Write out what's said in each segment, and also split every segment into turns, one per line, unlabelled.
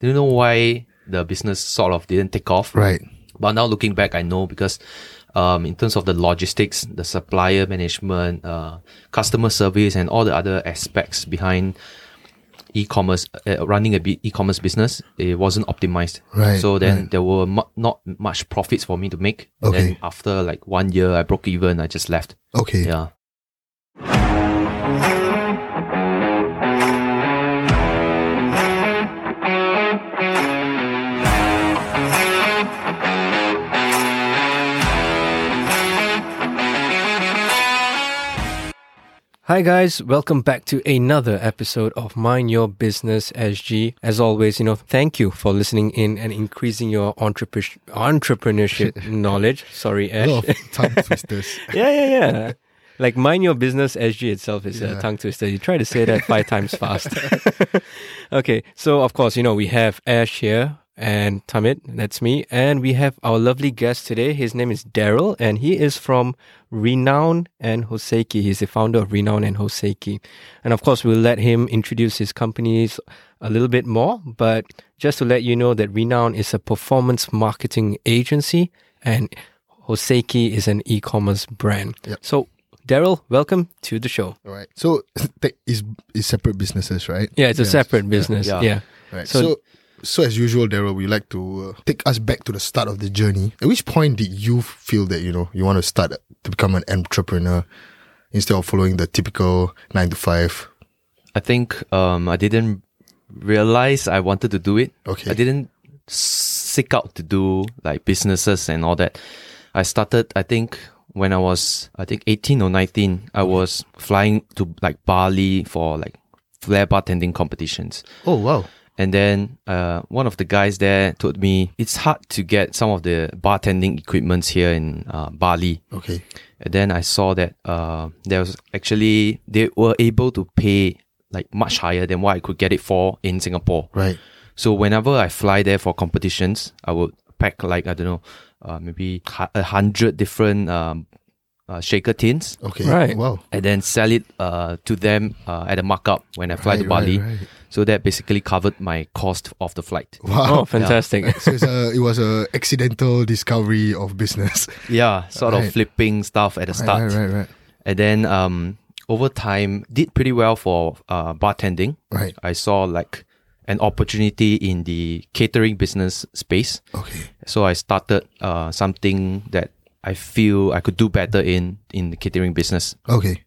didn't know why the business sort of didn't take off.
Right.
But now looking back, I know because um, in terms of the logistics, the supplier management, uh, customer service, and all the other aspects behind e-commerce, uh, running a b- e-commerce business, it wasn't optimized.
Right,
So then
right.
there were mu- not much profits for me to make. And
Okay.
Then after like one year, I broke even. I just left.
Okay.
Yeah.
Hi guys, welcome back to another episode of Mind Your Business SG. As always, you know, thank you for listening in and increasing your entrepre- entrepreneurship knowledge. Sorry,
A
Ash.
lot of tongue twisters.
yeah, yeah, yeah. Like Mind Your Business SG itself is
Yeah.
a tongue twister. You try to say that five times fast. okay, so of course, you know, we have Ash here and Tamit, that's me, and we have our lovely guest today. His name is Daryl, and he is from Renown and Hoseki. He's the founder of Renown and Hoseki. And of course, we'll let him introduce his companies a little bit more, but just to let you know that Renown is a performance marketing agency and Hoseki is an e-commerce brand.
Yep.
So, Daryl, welcome to the show.
All right. So tech is is separate businesses, right?
Yeah, it's a separate business.
Yeah.
Yeah.
Right. So,
So-
so, as usual, Daryl, we like to uh, take us back to the start of the journey. At which point did you feel that you know you want to start uh, to become an entrepreneur instead of following the typical nine to five?
I think um, I didn't realize I wanted to do it.
Okay.
I didn't seek out to do like businesses and all that. I started, I think, when I was, I think, 18 or 19, I was flying to like Bali for like flair bartending competitions.
Oh wow!
And then uh, one of the guys there told me it's hard to get some of the bartending equipments here in uh, Bali.
Okay.
And then I saw that uh, there was actually they were able to pay like much higher than what I could get it for in Singapore.
Right.
So whenever I fly there for competitions, I would pack like I don't know, uh, maybe hu- a hundred different um, uh, shaker tins.
Okay.
Right.
Wow.
And then sell it uh, to them uh, at a markup when I fly
Right,
to Bali.
right, right.
So that basically covered my cost of the flight.
Wow.
Oh, fantastic.
so it's a, it was a accidental discovery of business.
Yeah, sort
Right.
of flipping stuff at the start.
Right. Right. Right.
And then um, over time, did pretty well for uh, bartending.
Right.
I saw like an opportunity in the catering business space.
Okay.
So I started uh, something that I feel I could do better in in the catering business,
Okay.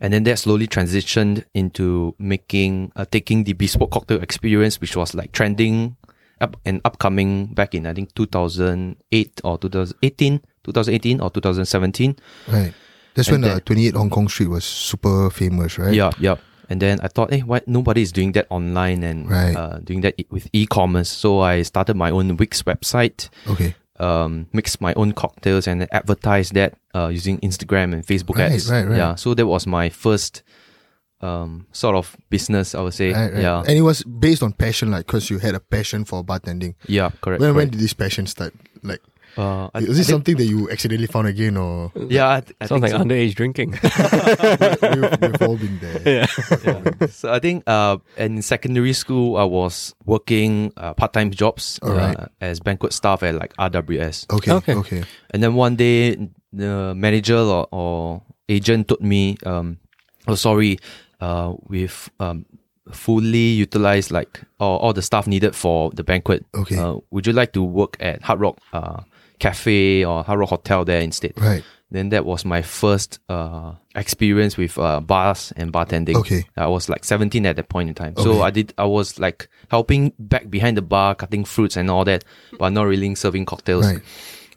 and then that slowly transitioned into making uh, taking the bespoke cocktail experience, which was like trending up and upcoming back in I think 2008 or 2018, 2018 or 2017.
Right. That's
And
when uh,
that-
28 Hong Kong Street was super famous, right?
Yeah, yeah. And then I thought, hey, why nobody is doing that online and
Right.
uh, doing that e- with e-commerce? So I started my own Wix website.
Okay.
um, mix my own cocktails and advertise that uh, using Instagram and Facebook
Right,
ads.
right, right.
Yeah, so that was my first um, sort of business, I would say.
Right, right.
Yeah,
And it was based on passion, like, because you had a passion for bartending.
yeah, correct.
When,
correct.
when did this passion start? Like,
uh, I, I
is this
think-
something that you accidentally found again, or
Yeah, I, th- I
Sounds
think so.
like underage drinking.
we've, we've all been there?
so I think uh, in secondary school, I was working uh, part-time jobs uh,
Alright.
as banquet staff at like RWS.
Okay, okay,
Okay.
And then one day, the manager or, or agent told me, um, "Oh, sorry, uh, we've um, fully utilized like all, all the stuff needed for the banquet.
Okay.
uh, would you like to work at Hard Rock uh, Cafe or Hard Rock Hotel there instead?"
right.
Then that was my first uh, experience with uh, bars and bartending.
Okay.
I was like 17 at that point in time. So
Okay.
I did, I was like helping back behind the bar, cutting fruits and all that, but not really serving cocktails.
Right.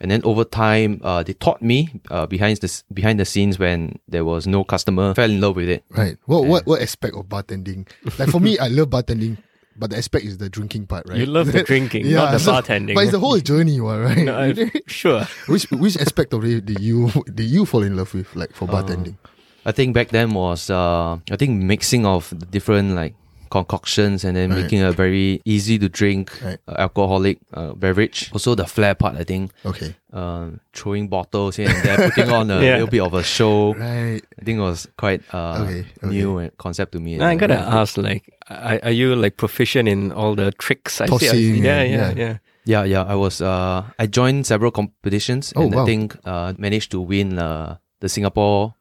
And then over time, uh, they taught me uh, behind the behind the scenes when there was no customer. Fell in love with it.
Right. What what what aspect of bartending? Like for me, I love bartending, but the aspect is the drinking part, right?
You love the drinking, not the bartending.
But it's the whole journey, you are, right?
I- sure.
which which aspect of it did you did you fall in love
Uh,
with, like for bartending?
I think back then was uh, I think mixing of different like concoctions and then
Right.
making a very easy to drink
Right.
uh, alcoholic uh, beverage. Also, the flair part, I think,
Okay.
um, throwing bottles here and there, putting on a
Yeah.
little bit of a show.
Right.
I think it was quite uh,
Okay, okay.
new and concept to me.
I gotta ask, like, are, are you like proficient in all the tricks? I see- I see.
Tossing
Yeah,
and-
yeah, yeah,
yeah.
Yeah, yeah. I was. Uh, I joined several competitions,
Oh,
and I
wow.
think uh, managed to win uh, the Singapore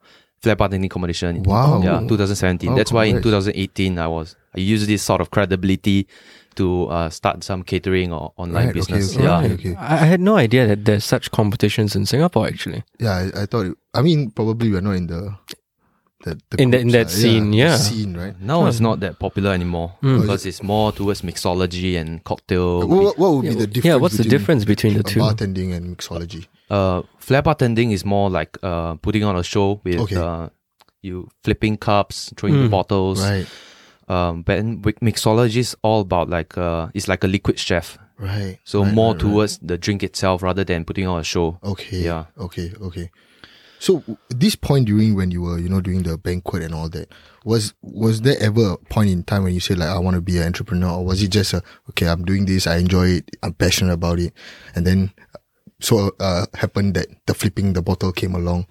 flag bartending competition. in-
Wow.
Yeah, 2017.
Wow,
That's why in
congrats.
2018 I was. I used this sort of credibility to uh, start some catering or online
Right, okay,
business.
okay,
yeah.
right, okay.
I I had no idea that there's such competitions in Singapore. Actually,
Yeah, I, I thought. It, I mean, probably we're not in the, the, the
In the- in
groups,
that
uh,
scene, yeah.
scene, right?
Now it's not that popular anymore
Mm.
because it's more towards mixology and cocktail.
What, what- what would
yeah,
be the
w-
difference?
yeah, what's the
between
difference between the two?
Bartending and mixology.
uh, flair bartending is more like uh, putting on a show with
Okay.
uh, you flipping cups, throwing the bottles.
Right.
Um, but in wi- mixology is all about like uh, it's like a liquid chef,
Right.
so
right,
more
right, right.
towards the drink itself rather than putting on a show.
Okay.
Yeah.
Okay. Okay. So this point during when you were, you know, doing the banquet and all that, was was there ever a point in time when you said like I want to be an entrepreneur, or was it just a okay, I'm doing this, I enjoy it, I'm passionate about it, and then so uh, happened that the flipping the bottle came along.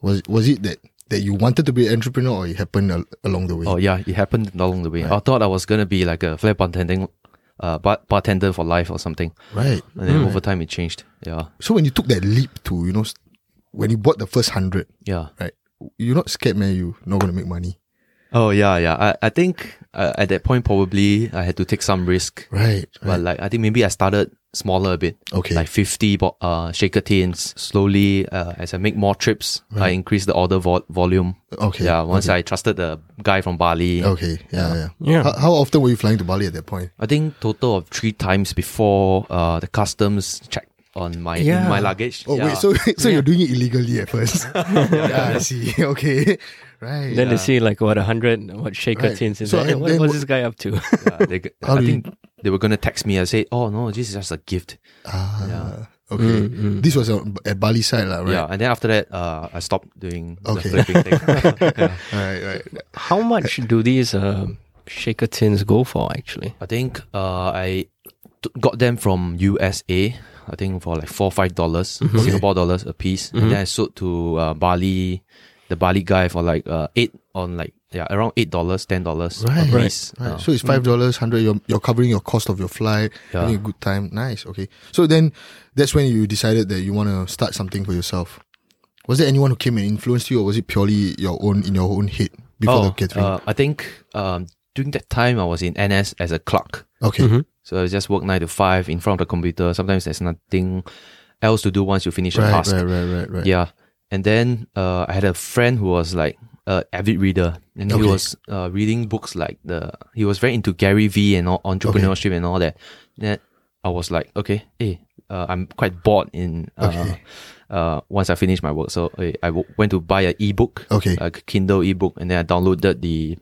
Was was it that that you wanted to be an entrepreneur, or it happened al- along the way?
Oh yeah, it happened along the way. I thought I was gonna be like a flair bartending, uh, bar- bartender for life or something,
Right.
and then over time it changed. Yeah,
So when you took that leap to, you know, s- when you bought the first hundred,
yeah.
right? You're not scared, man. You're not gonna make money,
Oh yeah, yeah. I I think uh, at that point probably I had to take some risk.
right?
But like I think maybe I started smaller a bit.
Okay.
Like 50 bo- uh, shaker tins. Slowly, uh, as I make more trips, I increase the order vol- volume.
Okay, Oh.
Yeah. Once I trusted the guy from Bali,
Okay, yeah, yeah.
Yeah.
How, how often were you flying to Bali at that point?
I think total of three times before uh, the customs checked on my in
Yeah.
my luggage.
Oh
yeah.
wait, so so you're doing it illegally at first? yeah, I see. Okay, right.
Then they see like what a hundred what shaker
Right.
tins is
So,
so,
and
what
then
was
wh-
this guy up to?
Yeah, they, g-
How
I
do you-
think they were gonna text me. I said, "Oh no, this is just a gift."
Ah, okay. This was uh, at Bali side, lah, right?
Mm, Yeah. And then after that, uh, I stopped doing
Okay.
the flipping thing.
Right, right.
How much do these um shaker tins go for? Actually,
I think uh, I t- got them from USA. I think for like four or five dollars
Mm-hmm.
Singapore dollars a piece, and then I sold to uh, Bali, the Bali guy for like uh, eight on like yeah around eight dollars, ten dollars
Right.
a piece.
Right.
Uh,
so it's five dollars, hundred. You're you're covering your cost of your flight,
Yeah.
having a good time. Nice. Okay. So then, that's when you decided that you want to start something for yourself. Was there anyone who came and influenced you, or was it purely your own in your own head before the gathering?
uh, I think um, during that time I was in NS as a clerk,
okay.
so I just work nine to five in front of the computer. Sometimes there's nothing else to do once you finish a
Right,
task.
right, right, right, right.
Yeah. And then uh, I had a friend who was like an avid reader and
Okay.
he was uh, reading books like the, he was very into Gary Vee and all, entrepreneurship and all that. Then I was like, okay, hey, uh, I'm quite bored in, uh,
Okay.
uh, once I finish my work. So eh, I w- went to buy an ebook,
Okay.
a Kindle ebook, and then I downloaded the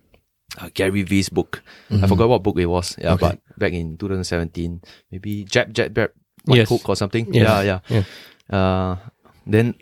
uh, Gary Vee's book. I
Mm-hmm.
forgot what book it was. Yeah,
Okay.
but back in 2017, maybe Jab, Jab, Jab, White
Yes.
Hook or something.
Yes.
Yeah, yeah.
Yeah.
Uh, then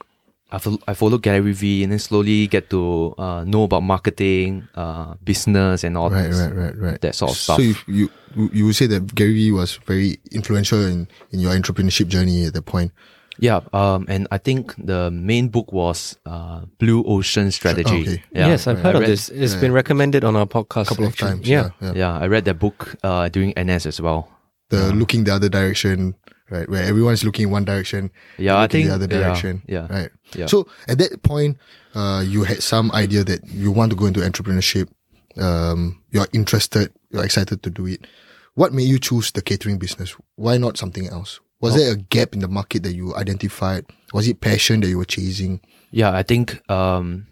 I, fol- I followed Gary Vee and then slowly get to uh, know about marketing, uh, business, and all
Right,
this.
right, right, right.
that sort of
so
stuff.
you you you- you would say that Gary Vee was very influential in, in your entrepreneurship journey at that point.
Yeah, um, and I think the main book was uh, Blue Ocean Strategy.
okay.
Yeah.
yes, I've heard
I
of
read-
this. It's been recommended on our podcast
A couple of
actually.
times.
Yeah,
yeah.
Yeah, I read that book uh, during NS as well.
The looking the other direction, right? Where everyone's looking in one direction.
Yeah,
you're
I
looking
think-
the other
yeah,
direction.
yeah,
Right.
yeah.
So at that point, uh, you had some idea that you want to go into entrepreneurship. Um, you're interested, you're excited to do it. What made you choose the catering business? Why not something else? Was
Oh.
there a gap in the market that you identified? Was it passion that you were chasing?
Yeah, I think um,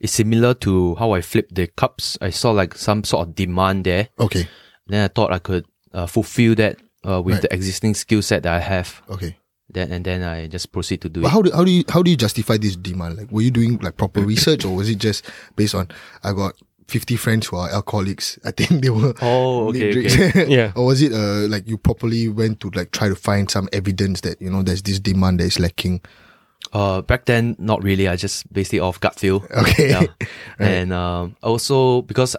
it's similar to how I flipped the cups. I saw like some sort of demand there.
Okay.
Then I thought I could uh, fulfill that uh, with
Right.
the existing skill set that I have.
Okay.
Then and then I just proceed to do
But
it.
how do how do you how do you justify this demand? Like, were you doing like proper research, or was it just based on I got fifty friends who are alcoholics? I think they were.
Oh,
need
okay,
drinks.
okay.
Yeah.
Or was it uh like you properly went to like try to find some evidence that you know there's this demand that is lacking?
Uh, back then, not really. I just based it off gut feel.
Okay.
Yeah. And um, also because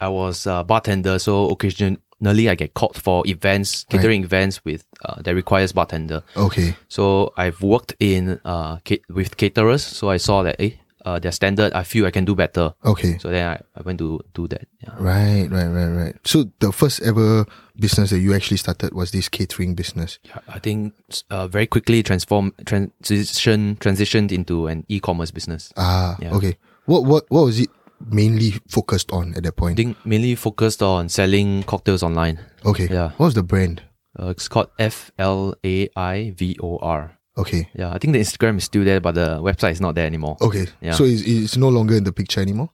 I was a bartender, so occasionally I get called for events, catering events with uh, that requires bartender.
Okay.
So I've worked in uh, ca- with caterers, so I saw that eh, uh, their standard. I feel I can do better.
Okay.
So then I, I went to do that. Yeah.
Right, right, right, right. So the first ever business that you actually started was this catering business.
I think uh, very quickly transform transition transitioned into an e-commerce business.
Ah,
Yeah.
okay. What what what was it mainly focused on at that
I
point?
think mainly focused on selling cocktails online.
Okay.
Yeah.
What was the brand?
Uh, it's called F L A I V O R.
Okay.
Yeah, I think the Instagram is still there, but the website is not there anymore.
Okay.
Yeah.
So it's, it's no longer in the picture anymore.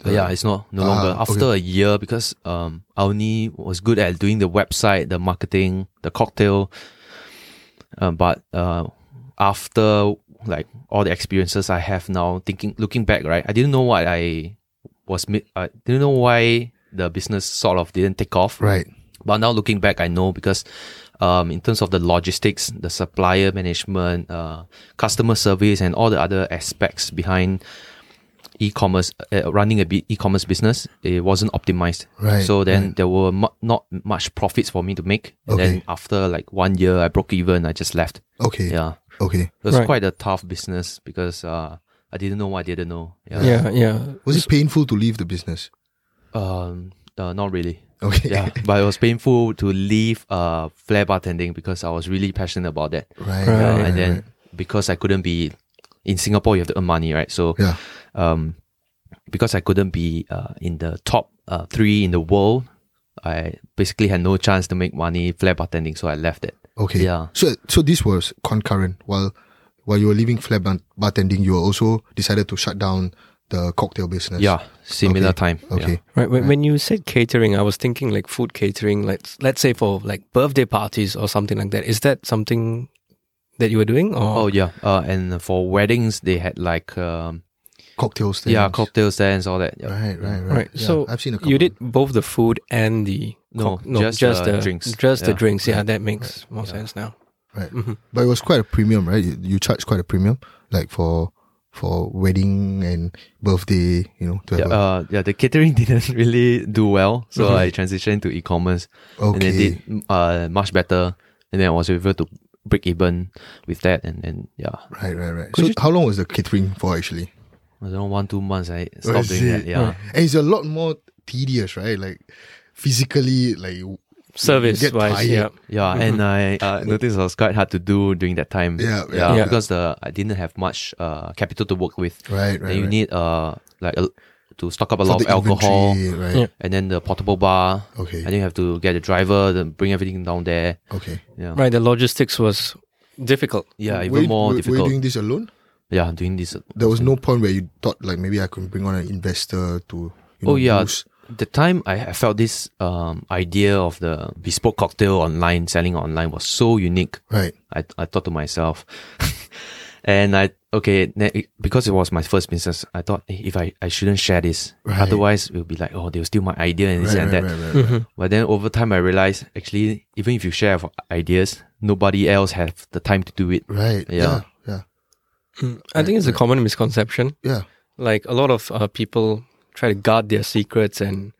But yeah, it's not no
Ah,
longer
okay.
after a year because um Aoni was good at doing the website, the marketing, the cocktail. Um, but uh, after like all the experiences I have now, thinking looking back, right, I didn't know what I was. mi- I didn't know why the business sort of didn't take off.
Right.
But now looking back, I know because um, in terms of the logistics, the supplier management, uh, customer service, and all the other aspects behind e-commerce, uh, running a b- e-commerce business, it wasn't optimized.
Right,
So then there were mu- not much profits for me to make. And
Okay.
then after like one year, I broke even. I just left.
Okay.
Yeah,
Okay.
it was
Right.
quite a tough business because uh, I didn't know what I didn't know. Yeah.
Yeah, yeah.
Was it painful to leave the business?
Um. uh, not really.
Okay.
yeah, but it was painful to leave uh flair bartending because I was really passionate about that.
Right.
Right.
Uh,
right,
and then
right.
because I couldn't be in Singapore, you have to earn money, right? So
Yeah.
um, because I couldn't be uh, in the top uh, three in the world, I basically had no chance to make money flair bartending, so I left it.
Okay.
Yeah.
So so this was concurrent while while you were leaving flat bar- bartending, you were also decided to shut down the cocktail business.
Yeah, similar time. yeah.
Okay.
Right. When, when you said catering, I was thinking like food catering, like let's say for like birthday parties or something like that. Is that something that you were doing?
Oh
Or
yeah, uh, and for weddings they had like um,
Cocktail stands.
yeah cocktail stands all that. Yeah.
Right, right, right.
right.
Yeah,
so
I've seen a couple.
you did both the food and the
No,
cock-
just, uh, drinks.
Just the
Yeah.
drinks. Yeah, that makes more sense now.
Right.
Mhm.
But it was quite a premium, right? You, you charge quite a premium, like for for wedding and birthday, you know, to
Yeah,
have
uh, yeah, the catering didn't really do well, so I transitioned to e-commerce.
a, Mm-hmm. okay.
and I did mm, uh, much better. And then I was able to break even with that. And then yeah,
Right, right, right. So how long was the catering for actually?
I don't know one two months I
Oh,
stopped
is
doing that.
it?
Yeah,
And it's a lot more tedious, right? Like physically, like you-
Service
you get
wise,
tired.
yeah.
yeah. And I uh, noticed it was quite hard to do during that time.
Yeah, yeah, yeah.
because the I didn't have much uh, capital to work with.
Right, right.
Then you
right.
need uh like a, to stock up a
For
lot of
the
alcohol.
inventory, right?
Yeah.
And then the portable bar.
Okay.
And then you have to get a driver, then bring everything down there.
Okay.
Yeah.
Right. The logistics was difficult.
Yeah,
Were
even
you-
more
were, Were
difficult.
you doing this alone?
yeah, doing this.
There was no point where you thought like maybe I could bring on an investor to. You know,
Oh yeah,
boost-
the time I I felt this um, idea of the bespoke cocktail online selling online was so unique.
Right.
I I thought to myself, and I okay ne- because it was my first business. I thought "Eh, if I, I shouldn't share this,
Right.
otherwise it'll be like oh they'll steal my idea and this
Right,
and
right,
that.
right,
Mm-hmm.
right, right.
But then over time I realized actually even if you share of ideas, nobody else have the time to do it.
Right. Yeah.
Yeah.
Yeah.
I think it's a common misconception.
Yeah.
Like a lot of uh, people try to guard their secrets and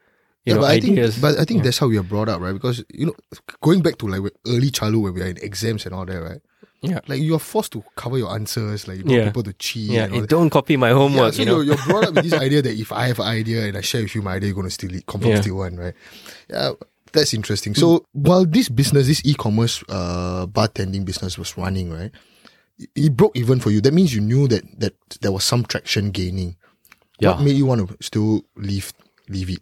you know
but
ideas.
I think, but I think that's how we are brought up, right? Because you know, going back to like when- early childhood when we are in exams and all that, right?
Yeah.
Like you are forced to cover your answers, like you don't
Yeah.
want people to cheat.
yeah,
and all
eh,
that.
don't copy my
yeah,
homework.
so
you know,
you're, you're brought up with this idea that if I have an idea and I share with you my idea, you're gonna steal it, confirm
Yeah.
steal one, right? Yeah, that's interesting. So while this business, this e-commerce uh bartending business was running, right? it- It broke even for you. That means you knew that that there was some traction gaining.
Yeah,
What made you want to still leave leave it?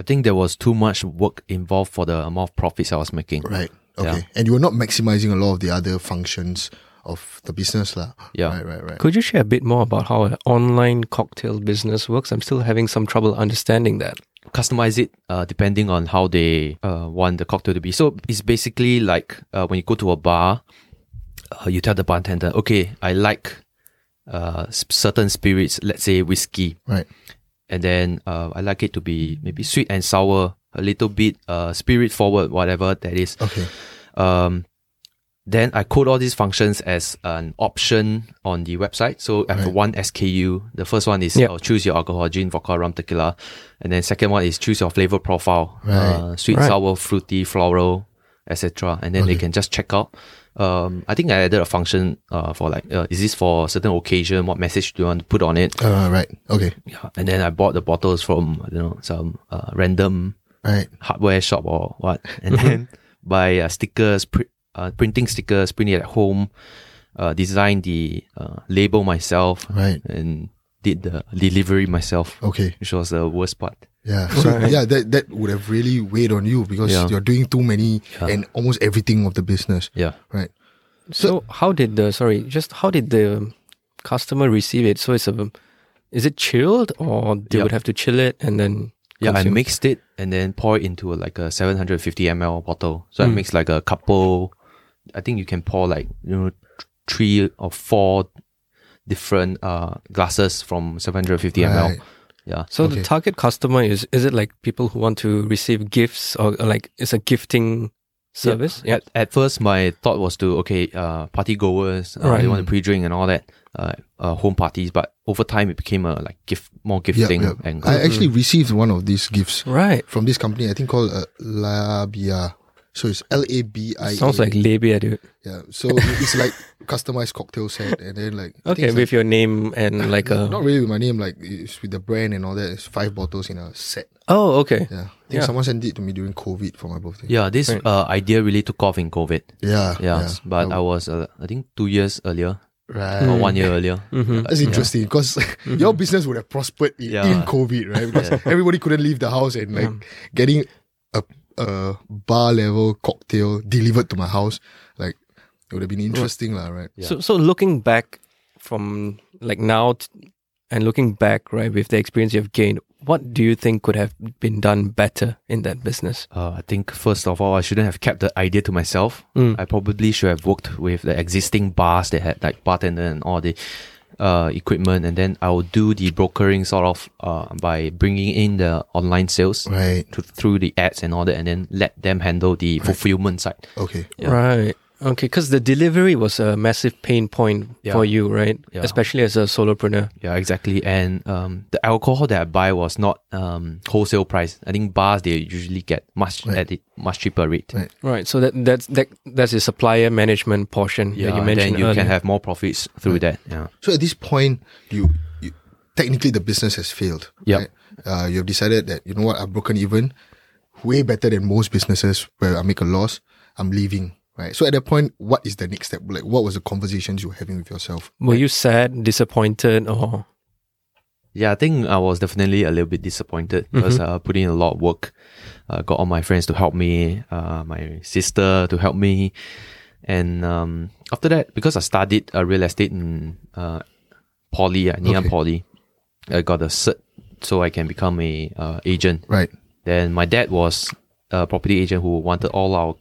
I think there was too much work involved for the amount of profits I was making.
Right.
Yeah.
Okay. And you were not maximizing a lot of the other functions of the business, lah.
Yeah.
Right. Right. Right.
Could you share a bit more about how an online cocktail business works? I'm still having some trouble understanding that.
customize it uh, depending on how they uh, want the cocktail to be. So it's basically like uh, when you go to a bar, uh, you tell the bartender, okay, I like uh, s- certain spirits, let's say whiskey,
Right.
and then uh, I like it to be maybe sweet and sour, a little bit uh, spirit forward, whatever that is.
Okay.
Um, Then I code all these functions as an option on the website. So I have one SKU. The first one is
Yep.
uh, choose your alcohol, gin, vodka, rum, tequila. And then second one is choose your flavor profile, uh, sweet,
Right.
sour, fruity, floral, etc. And then they can just check out. Um, I think I added a function uh, for like, uh, is this for a certain occasion? What message do you want to put on it?
Uh, right. Okay.
Yeah. And then I bought the bottles from, you know, some uh, random
Right.
hardware shop or what, and then buy uh, stickers, pr- uh, printing stickers, print it at home, uh, design the uh, label myself,
Right.
and did the delivery myself,
Okay.
which was the worst part.
Yeah. So
Right.
yeah, that that would have really weighed on you because
Yeah.
you're doing too many
Yeah.
and almost everything of the business.
Yeah.
Right.
So how did the sorry, just how did the customer receive it? So it's a is it chilled or they
Yeah.
would have to chill it and then
Yeah, I
consume?
mixed it and then pour it into like a 750 ml bottle. So I
Hmm.
Mm.
mixed like a couple. I think you can pour like you know th- three or four different uh glasses from 750 ml.
Right.
Yeah.
So
Okay.
the target customer is is it like people who want to receive gifts or or like it's a gifting service?
At, at first, my thought was to okay, uh, party goers, uh,
Right.
they want to pre-drink and all that, uh, uh, home parties. But over time, it became a like gift, more gifting
yeah.
and
Mm-hmm.
I actually received one of these gifts
Right.
from this company. I think called uh, Labia. So it's L A B I.
Sounds like labia, dude.
yeah. So it's like customized cocktail set, and then like I think
Okay,
it's
with your name and like
like,
a
not really with my name, like it's with the brand and all that. It's five bottles in a set.
oh okay.
Yeah. I think
Yeah.
someone sent it to me during COVID for my birthday.
yeah, this
Right.
uh, idea really took off in COVID.
Yeah.
Yeah, but
I- Mm.
I was uh, I think two years earlier
right.
or one year earlier.
Mm-hmm.
That's interesting because your business would have prospered i-
Yeah.
in COVID, right? Because everybody couldn't leave the house and like getting a, a bar level cocktail delivered to my house, like it would have been interesting, lah, right?
Yeah.
So so looking back from like now t- and looking back right with the experience you've gained, what do you think could have been done better in that business?
Uh, I think first of all, I shouldn't have kept the idea to myself. I probably should have worked with the existing bars that had like bartender and all the uh, equipment, and then I would do the brokering sort of uh, by bringing in the online sales
Right.
to, through the ads and all that, and then let them handle the fulfillment side.
Okay.
Yeah.
Right. Okay, because the delivery was a massive pain point
Yeah.
for you, right?
Yeah.
Especially as a solopreneur.
Yeah, exactly. And um, the alcohol that I buy was not um, wholesale price. I think bars they usually get much at a much cheaper rate.
Right.
Right. So that that's that that's the supplier management portion
Yeah,
that you
and
mentioned
then you
earlier.
can have more profits through that. Yeah,
So at this point, you, you technically the business has failed.
Yep.
right? Uh, you have decided that you know what I've broken even, way better than most businesses where I make a loss. I'm leaving. Right. So at that point, what is the next step? Like, what was the conversations you were having with yourself?
Were you sad, disappointed, or
yeah. I think I was definitely a little bit disappointed because
Mm-hmm.
I put in a lot of work. Uh, got all my friends to help me, uh, my sister to help me, and um, after that, because I studied uh, real estate in uh, Poly, uh, Ngee Ann
Okay.
Poly, I got a cert so I can become a uh, agent.
Right.
Then my dad was a property agent who wanted all our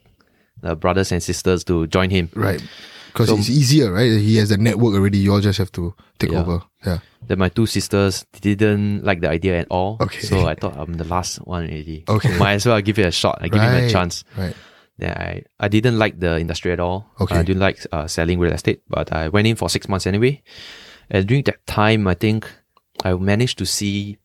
uh, brothers and sisters to join him.
Right. Because it's easier, right? He has the network already. You all just have to take
Yeah.
over. Yeah.
Then my two sisters didn't like the idea at all.
Okay.
So I thought I'm the last one already.
Okay.
Might as well give it a shot. I give him a
Right.
chance.
Right.
Then I, I didn't like the industry at all.
Okay.
I didn't like uh, selling real estate, but I went in for six months anyway. And during that time, I think I managed to see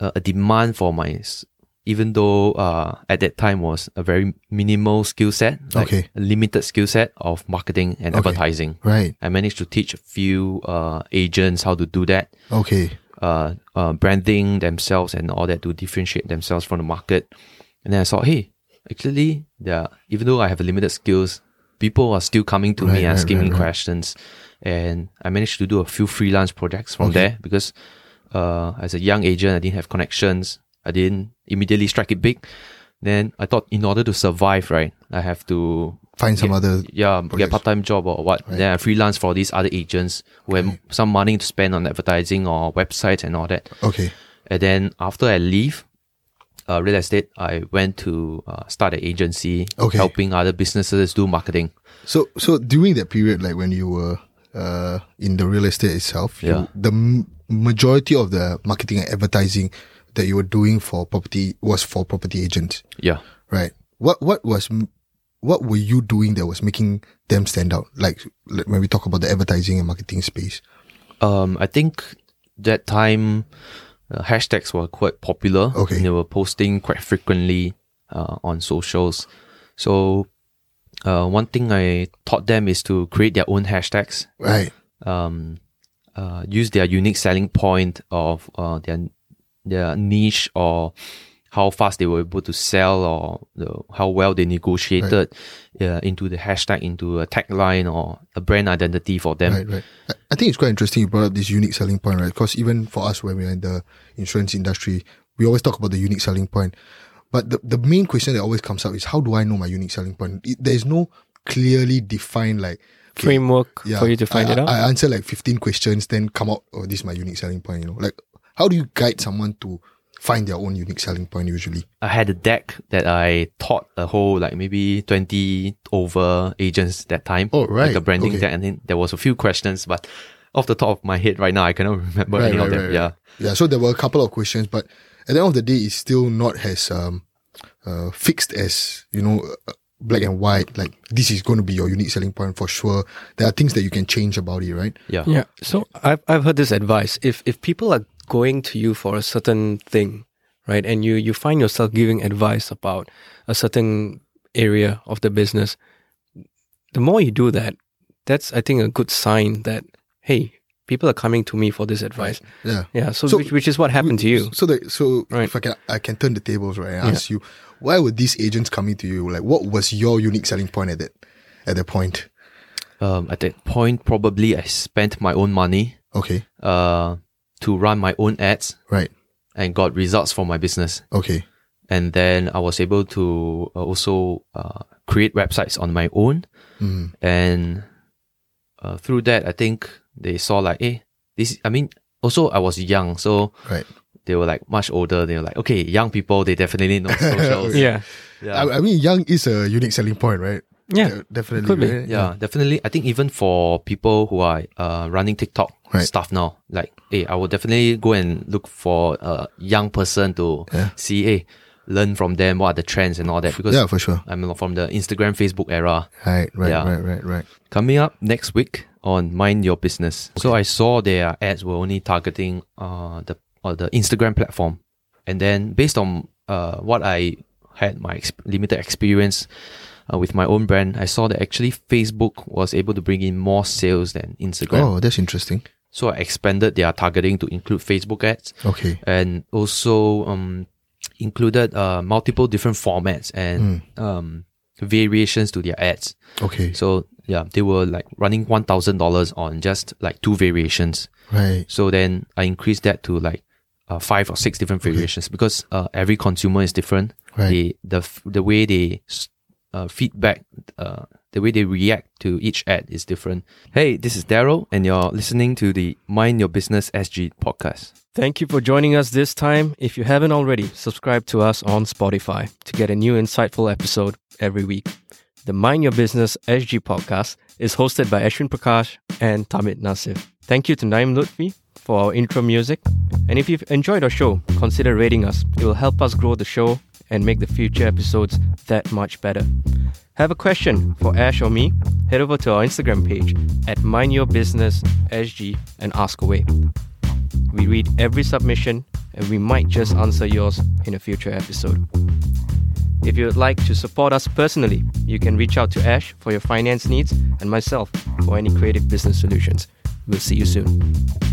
uh, a demand for my, s- even though uh, at that time was a very minimal skill set, like
Okay.
a limited skill set of marketing and
Okay.
advertising.
Right.
I managed to teach a few uh, agents how to do that
Okay.
uh, uh, branding themselves and all that to differentiate themselves from the market. And then I saw, hey, actually, there are- even though I have limited skills, people are still coming to
Right,
me
right,
asking
right,
me
right.
questions. And I managed to do a few freelance projects from there because uh, as a young agent, I didn't have connections. I didn't immediately strike it big. Then I thought, in order to survive, right, I have to
Find some
Yeah.
other.
yeah, get
Projects.
part time job or what. Then I freelance for these other agents who have some money to spend on advertising or websites and all that.
Okay.
And then after I leave uh, real estate, I went to uh, start an agency
Okay.
helping other businesses do marketing.
So, so during that period, like when you were uh, in the real estate itself,
Yeah.
you, the m- majority of the marketing and advertising that you were doing for property was for property agents,
Yeah.
right? What What was m- what were you doing that was making them stand out? Like like when we talk about the advertising and marketing space.
Um, I think that time uh, hashtags were quite popular.
Okay.
And they were posting quite frequently uh, on socials. So uh, one thing I taught them is to create their own hashtags.
Right.
Um, uh, use their unique selling point of uh, their their niche or how fast they were able to sell or the, how well they negotiated uh, into the hashtag, into a tagline or a brand identity for them.
Right, right. I- I think it's quite interesting you brought up this unique selling point, right? Because even for us, when we're in the insurance industry, we always talk about the unique selling point. But the, the main question that always comes up is how do I know my unique selling point? It- there's no clearly defined, like, okay,
Framework
yeah,
for you to find
I,
it out.
I I answer like 15 questions, then come out, oh, this is my unique selling point, you know? Like, how do you guide someone to find their own unique selling point usually?
I had a deck that I taught a whole like maybe twenty over agents that time.
Oh, right.
Like a branding
Okay.
deck, and then there was a few questions, but off the top of my head right now, I cannot remember any of them. yeah.
Yeah, so there were a couple of questions, but at the end of the day, it's still not as um, uh, fixed as, you know, uh, black and white. Like, this is going to be your unique selling point for sure. There are things that you can change about it, right?
yeah,
Yeah. So I've I've heard this advice. If if people are going to you for a certain thing, right, and you you find yourself giving advice about a certain area of the business, the more you do that, that's I think a good sign that hey, people are coming to me for this advice.
Yeah.
Yeah. So,
So-
which, which is what happened to you.
So, that, so
Right.
if I can, I can turn the tables, right? And ask you, why were these agents coming to you? Like, what was your unique selling point at that, at that point?
Um, at that point, probably I spent my own money
Okay.
uh, to run my own ads
Right.
and got results for my business,
Okay.
and then I was able to uh, also uh, create websites on my own.
Mm.
and uh, through that i think they saw like hey this i mean also i was young so
Right.
they were like much older they were like okay young people they definitely know socials
Yeah.
yeah.
I, I mean, young is a unique selling point, right?
Yeah.
De- definitely.
Could be.
right?
yeah definitely i think even for people who are uh, running tiktok
Right.
stuff now like hey i will definitely go and look for a young person to
Yeah.
see hey learn from them what are the trends and all that because
Yeah, for sure.
i'm from the instagram facebook era
Right, right,
Yeah.
right, right, right.
Coming up next week on Mind Your Business. So I saw their ads were only targeting uh, the or the Instagram platform, and then based on uh, what I had my ex- limited experience uh, with my own brand, I saw that actually Facebook was able to bring in more sales than Instagram.
Oh, that's interesting.
So I expanded their targeting to include Facebook ads
Okay.
and also um, included uh, multiple different formats and um, variations to their ads.
Okay.
So yeah, they were like running one thousand dollars on just like two variations.
Right.
So then I increased that to like uh, five or six different variations because uh, every consumer is different.
Right.
They, the f- the way they s- uh, feedback, uh, the way they react to each ad is different. Hey, this is Daryl, and you're listening to the Mind Your Business SG podcast.
Thank you for joining us this time. If you haven't already, subscribe to us on Spotify to get a new insightful episode every week. The Mind Your Business SG podcast is hosted by Ashwin Prakash and Tamit Nasif. Thank you to Naim Lutfi for our intro music. And if you've enjoyed our show, consider rating us. It will help us grow the show and make the future episodes that much better. Have a question for Ash or me? Head over to our Instagram page at Mind Your Business SG and ask away. We read every submission and we might just answer yours in a future episode. If you would like to support us personally, you can reach out to Ash for your finance needs and myself for any creative business solutions. We'll see you soon.